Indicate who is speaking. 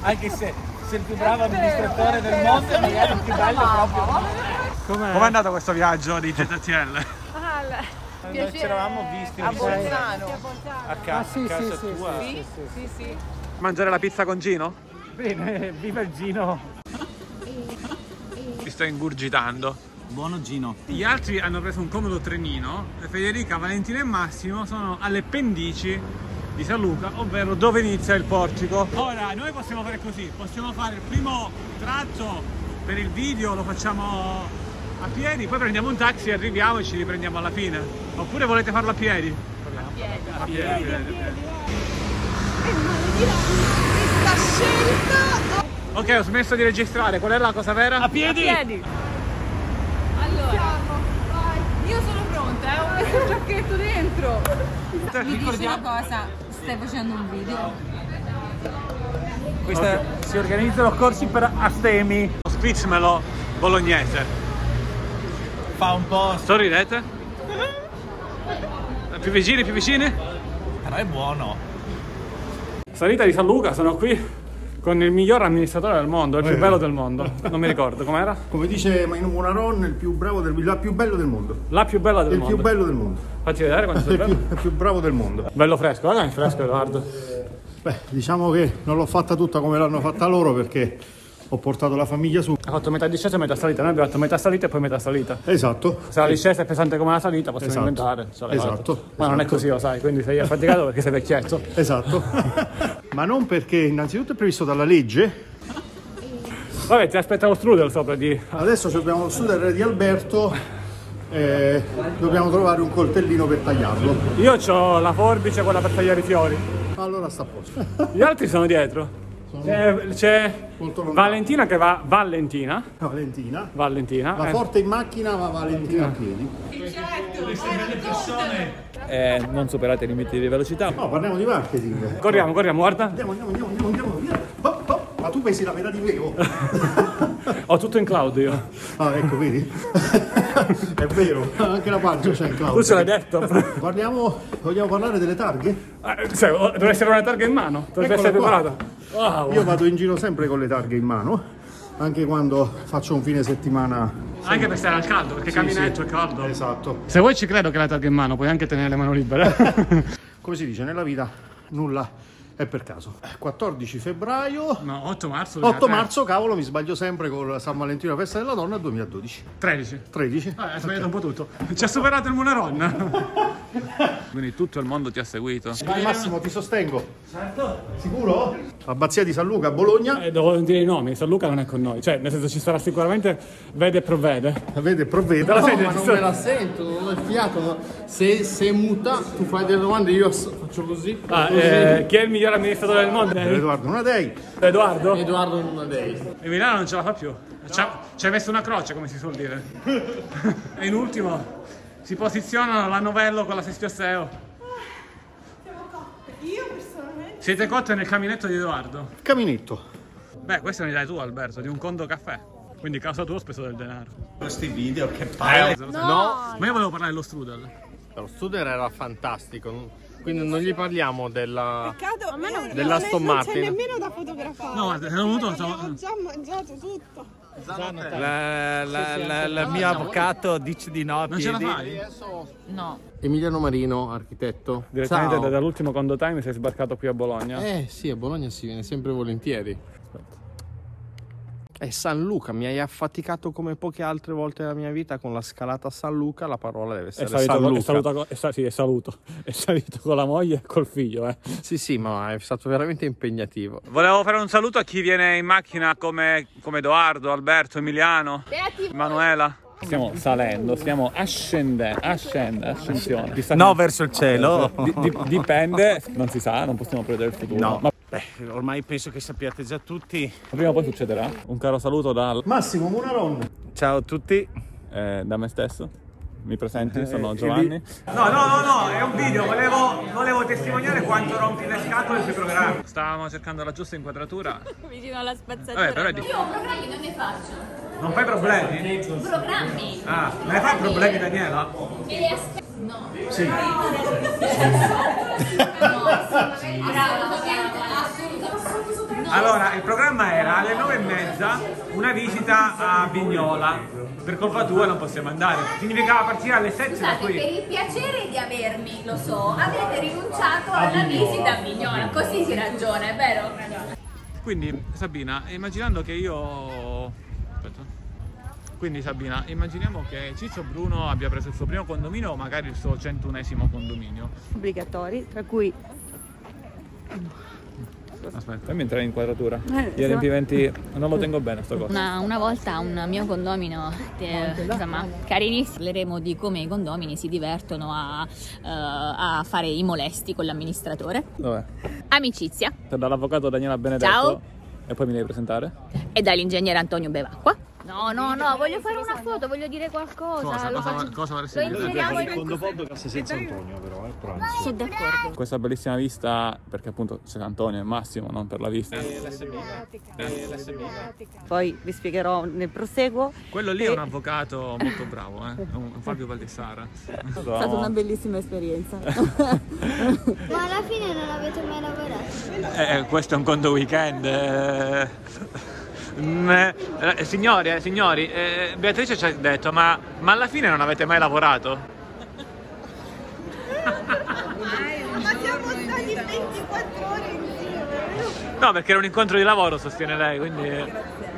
Speaker 1: anche se sei il più bravo amministratore del mondo, magari il più bello proprio. Com'è?
Speaker 2: Com'è andato questo viaggio di ZTL?
Speaker 1: Noi ci eravamo visti
Speaker 3: Ah, A
Speaker 1: mi sembra,
Speaker 3: Bolzano.
Speaker 1: a casa,
Speaker 4: Ah sì,
Speaker 1: a
Speaker 4: sì,
Speaker 1: casa
Speaker 4: sì,
Speaker 1: tua.
Speaker 4: sì, sì, sì.
Speaker 3: Sì, sì.
Speaker 2: Mangiare la pizza con Gino?
Speaker 1: Bene, viva il Gino.
Speaker 2: Mi sto ingurgitando.
Speaker 5: Buono Gino.
Speaker 2: Gli altri hanno preso un comodo trenino e Federica, Valentina e Massimo sono alle pendici di San Luca, ovvero dove inizia il portico. Ora noi possiamo fare così, possiamo fare il primo tratto per il video, lo facciamo a piedi, poi prendiamo un taxi, arriviamo e ci riprendiamo alla fine. Oppure volete farlo a piedi? A piedi. A piedi.
Speaker 3: Questa scelta...
Speaker 2: Ok, ho smesso di registrare, qual era la cosa vera? A piedi!
Speaker 3: Allora, io sono pronta, eh, ho messo il giacchetto dentro.
Speaker 6: Mi dici una cosa, stai facendo un video?
Speaker 1: Questa, Si organizzano corsi per astemi.
Speaker 2: Spritzmelo bolognese.
Speaker 1: Fa un po'.
Speaker 2: Sorridete? Più vicini, più vicini?
Speaker 1: Però è buono.
Speaker 2: Salita di San Luca, sono qui con il miglior amministratore del mondo,
Speaker 7: Eh.
Speaker 2: il più bello del mondo. Non mi ricordo com'era.
Speaker 7: Come dice Maino Monaron, il più bravo del la più bello del mondo.
Speaker 2: La più bella del
Speaker 7: Il
Speaker 2: mondo.
Speaker 7: più bello del mondo.
Speaker 2: Fatti vedere quanto sei
Speaker 7: Il più,
Speaker 2: bello.
Speaker 7: il più bravo del mondo.
Speaker 2: Bello fresco, guarda che fresco Edoardo.
Speaker 7: Beh, diciamo che non l'ho fatta tutta come l'hanno fatta loro perché ho portato la famiglia su.
Speaker 2: Ha fatto metà discesa e metà salita, noi abbiamo fatto metà salita e poi metà salita.
Speaker 7: Esatto.
Speaker 2: Se la discesa è pesante come la salita possiamo
Speaker 7: Esatto.
Speaker 2: inventare. sollevate.
Speaker 7: Esatto,
Speaker 2: Ma non è
Speaker 7: esatto.
Speaker 2: così, lo sai, quindi sei affaticato perché sei vecchietto.
Speaker 7: Esatto. Ma non perché innanzitutto è previsto dalla legge.
Speaker 2: Vabbè, ti aspetta lo strudel sopra di...
Speaker 7: Adesso ci abbiamo lo studio del re di Alberto. eh, dobbiamo trovare un coltellino per tagliarlo.
Speaker 2: Io ho la forbice quella per tagliare i fiori.
Speaker 7: Allora sta a posto.
Speaker 2: Gli altri sono dietro. C'è, c'è
Speaker 7: Molto lontano.
Speaker 2: Valentina che va Valentina.
Speaker 7: Valentina.
Speaker 2: Valentina.
Speaker 7: La
Speaker 2: eh.
Speaker 7: forte in macchina ma Valentina a piedi.
Speaker 5: Eh, non superate i limiti di velocità.
Speaker 7: No, parliamo di marketing.
Speaker 2: Corriamo, corriamo, guarda.
Speaker 7: Andiamo, andiamo, andiamo, andiamo, andiamo, via. Hop, hop. Ma tu pesi la metà di me, oh.
Speaker 2: Ho tutto in cloud io.
Speaker 7: Ah, ecco, vedi? È vero, anche la pancia c'è in
Speaker 2: Tu ce l'hai
Speaker 7: Claudio.
Speaker 2: detto.
Speaker 7: Parliamo, vogliamo parlare delle targhe?
Speaker 2: Eh, sai, ho- deve essere una targa in mano. Deve essere
Speaker 7: Eccola qua.
Speaker 2: preparata. Wow.
Speaker 7: Io vado in giro sempre con le targhe in mano, anche quando faccio un fine settimana.
Speaker 2: Anche per stare al caldo, perché camminetto è caldo.
Speaker 7: Esatto.
Speaker 2: Se vuoi ci credo che la targa in mano, puoi anche tenere le mani libere.
Speaker 7: Come si dice, nella vita nulla è per caso. 14 febbraio,
Speaker 2: no, 8 marzo.
Speaker 7: 8
Speaker 2: 2013.
Speaker 7: marzo, cavolo, mi sbaglio sempre con San Valentino, festa della donna 2012.
Speaker 2: 13.
Speaker 7: 13?
Speaker 2: Vabbè, hai sbagliato un po' tutto. Ci ha superato il Munaron.
Speaker 5: Quindi tutto il mondo ti ha seguito.
Speaker 7: Vai Massimo, ti sostengo. Certo. Sicuro? Abbazia di San Luca, Bologna.
Speaker 2: Eh, devo dire i nomi, San Luca non è con noi. Cioè, nel senso ci sarà sicuramente vede e provvede.
Speaker 7: Vede, provvedo.
Speaker 2: Dalla sedia
Speaker 8: ma
Speaker 2: ci
Speaker 8: non
Speaker 2: sta-
Speaker 8: me la sento, non ho il fiato. Se, se muta, tu fai delle domande, io ass- faccio così.
Speaker 2: Ah,
Speaker 8: così.
Speaker 2: eh, chi è il miglior amministratore del mondo?
Speaker 7: Edoardo Nadei.
Speaker 2: Edoardo?
Speaker 8: Edoardo Nunadei.
Speaker 2: E Eh, Milano non ce la fa più. Ci ha- Ci ha messo una croce, come si suol dire. e in ultimo si posizionano la novello con la sestio SEO. Siete cotte nel caminetto di Edoardo.
Speaker 7: Caminetto.
Speaker 2: Beh, questa è un'idea tua, Alberto, di un conto caffè. Quindi causa tua ho speso del denaro.
Speaker 5: Questi video che
Speaker 2: Eh, lo so. Ma io volevo parlare dello strudel.
Speaker 8: Lo studio era fantastico, non- quindi non gli parliamo della...
Speaker 3: Peccato, a me eh, non,
Speaker 8: Della Aston Martin.
Speaker 3: nemmeno da fotografare.
Speaker 2: No, guarda, sono venuto- sono-
Speaker 3: Abbiamo già mangiato tutto.
Speaker 5: La, la, la, la mia avvocato dice di no.
Speaker 2: Non ce la fai?
Speaker 6: No.
Speaker 8: Emiliano Marino, architetto.
Speaker 2: Direttamente da- dall'ultimo condo time sei sbarcato qui a Bologna.
Speaker 8: Eh sì, a Bologna si viene sempre volentieri. E Eh, San Luca, mi hai affaticato come poche altre volte nella mia vita con la scalata a San Luca, la parola deve
Speaker 2: È
Speaker 8: essere
Speaker 2: salito,
Speaker 8: San
Speaker 2: con- è,
Speaker 8: Luca.
Speaker 2: saluta con- è sa- sì, è saluto. È salito con la moglie e col figlio, eh.
Speaker 8: Sì, sì, ma è stato veramente impegnativo.
Speaker 2: Volevo fare un saluto a chi viene in macchina come, come Edoardo, Alberto, Emiliano, Manuela.
Speaker 1: Stiamo salendo, stiamo ascendendo, ascendendo, ascensione.
Speaker 5: No, verso il cielo.
Speaker 1: dipende, non si sa, non possiamo prevedere il futuro.
Speaker 5: No.
Speaker 1: Ma
Speaker 5: Beh, ormai penso che sappiate già tutti.
Speaker 1: prima o poi succederà. Un caro saluto da,
Speaker 7: Massimo Munaron.
Speaker 5: Ciao a tutti.
Speaker 1: eh, da me stesso. Mi presenti, sono Giovanni.
Speaker 2: Eh, No, no, no, no, è un video, volevo, volevo testimoniare quanto rompi le scatole sui programmi. Stavamo cercando la giusta inquadratura.
Speaker 6: Vicino alla spazzatura.
Speaker 2: Vabbè, però è di-
Speaker 6: Io programmi non ne faccio.
Speaker 2: non fai problemi?
Speaker 6: Programmi.
Speaker 2: Ah, me ne fai problemi Daniela?
Speaker 6: Me li aspetto. No.
Speaker 7: Sì.
Speaker 6: No, sì, magari- Bravo, assolutamente. No,
Speaker 2: Allora, il programma era alle nove e mezza una visita a Vignola. Per colpa tua non possiamo andare. Significava partire alle 7 da
Speaker 4: Scusate, per
Speaker 2: qui.
Speaker 4: il piacere di avermi, lo so, avete rinunciato alla visita a Vignola. Così si ragiona, è vero?
Speaker 2: Quindi, Sabina, immaginando che io. Aspetta. Quindi Sabina, immaginiamo che Ciccio Bruno abbia preso il suo primo condominio o magari il suo centunesimo condominio.
Speaker 9: obbligatori, tra cui
Speaker 2: Aspetta.
Speaker 5: Fammi entrare in quadratura.
Speaker 9: Eh,
Speaker 5: Gli
Speaker 9: se-
Speaker 5: riempimenti. Non lo tengo bene sto coso.
Speaker 10: Una, una volta un mio condomino,
Speaker 1: Ah,
Speaker 10: eh, insomma, carinissimo, parleremo di come i condomini si divertono a, eh, a fare i molesti con l'amministratore.
Speaker 5: Vabbè.
Speaker 10: Amicizia
Speaker 5: Dall'avvocato Daniela Benedetto.
Speaker 10: Ciao.
Speaker 5: E poi mi devi presentare?
Speaker 10: e dall'ingegnere Antonio Bevacqua. No, no, no, voglio fare una foto, voglio dire qualcosa.
Speaker 2: Cosa?
Speaker 10: lo
Speaker 2: Cosa-
Speaker 10: faccio-
Speaker 2: cosa vorresti
Speaker 10: lo
Speaker 2: dire?
Speaker 10: inseriamo in- Sono d'accordo.
Speaker 5: Questa bellissima vista, perché appunto c'è Antonio e Massimo, non per la vista.
Speaker 9: poi vi spiegherò nel proseguo.
Speaker 2: Quello lì è un avvocato molto bravo, eh? un Fabio Valdessara.
Speaker 10: È stata una bellissima esperienza.
Speaker 4: Ma alla fine non avete mai lavorato.
Speaker 2: Eh, questo è un conto weekend. eh. Mm, eh, signori, eh, signori, eh, Beatrice ci ha detto, ma, ma alla fine non avete mai lavorato?
Speaker 3: Ma siamo stati 24 ore in giro,
Speaker 2: No, perché era un incontro di lavoro, sostiene lei, quindi... eh.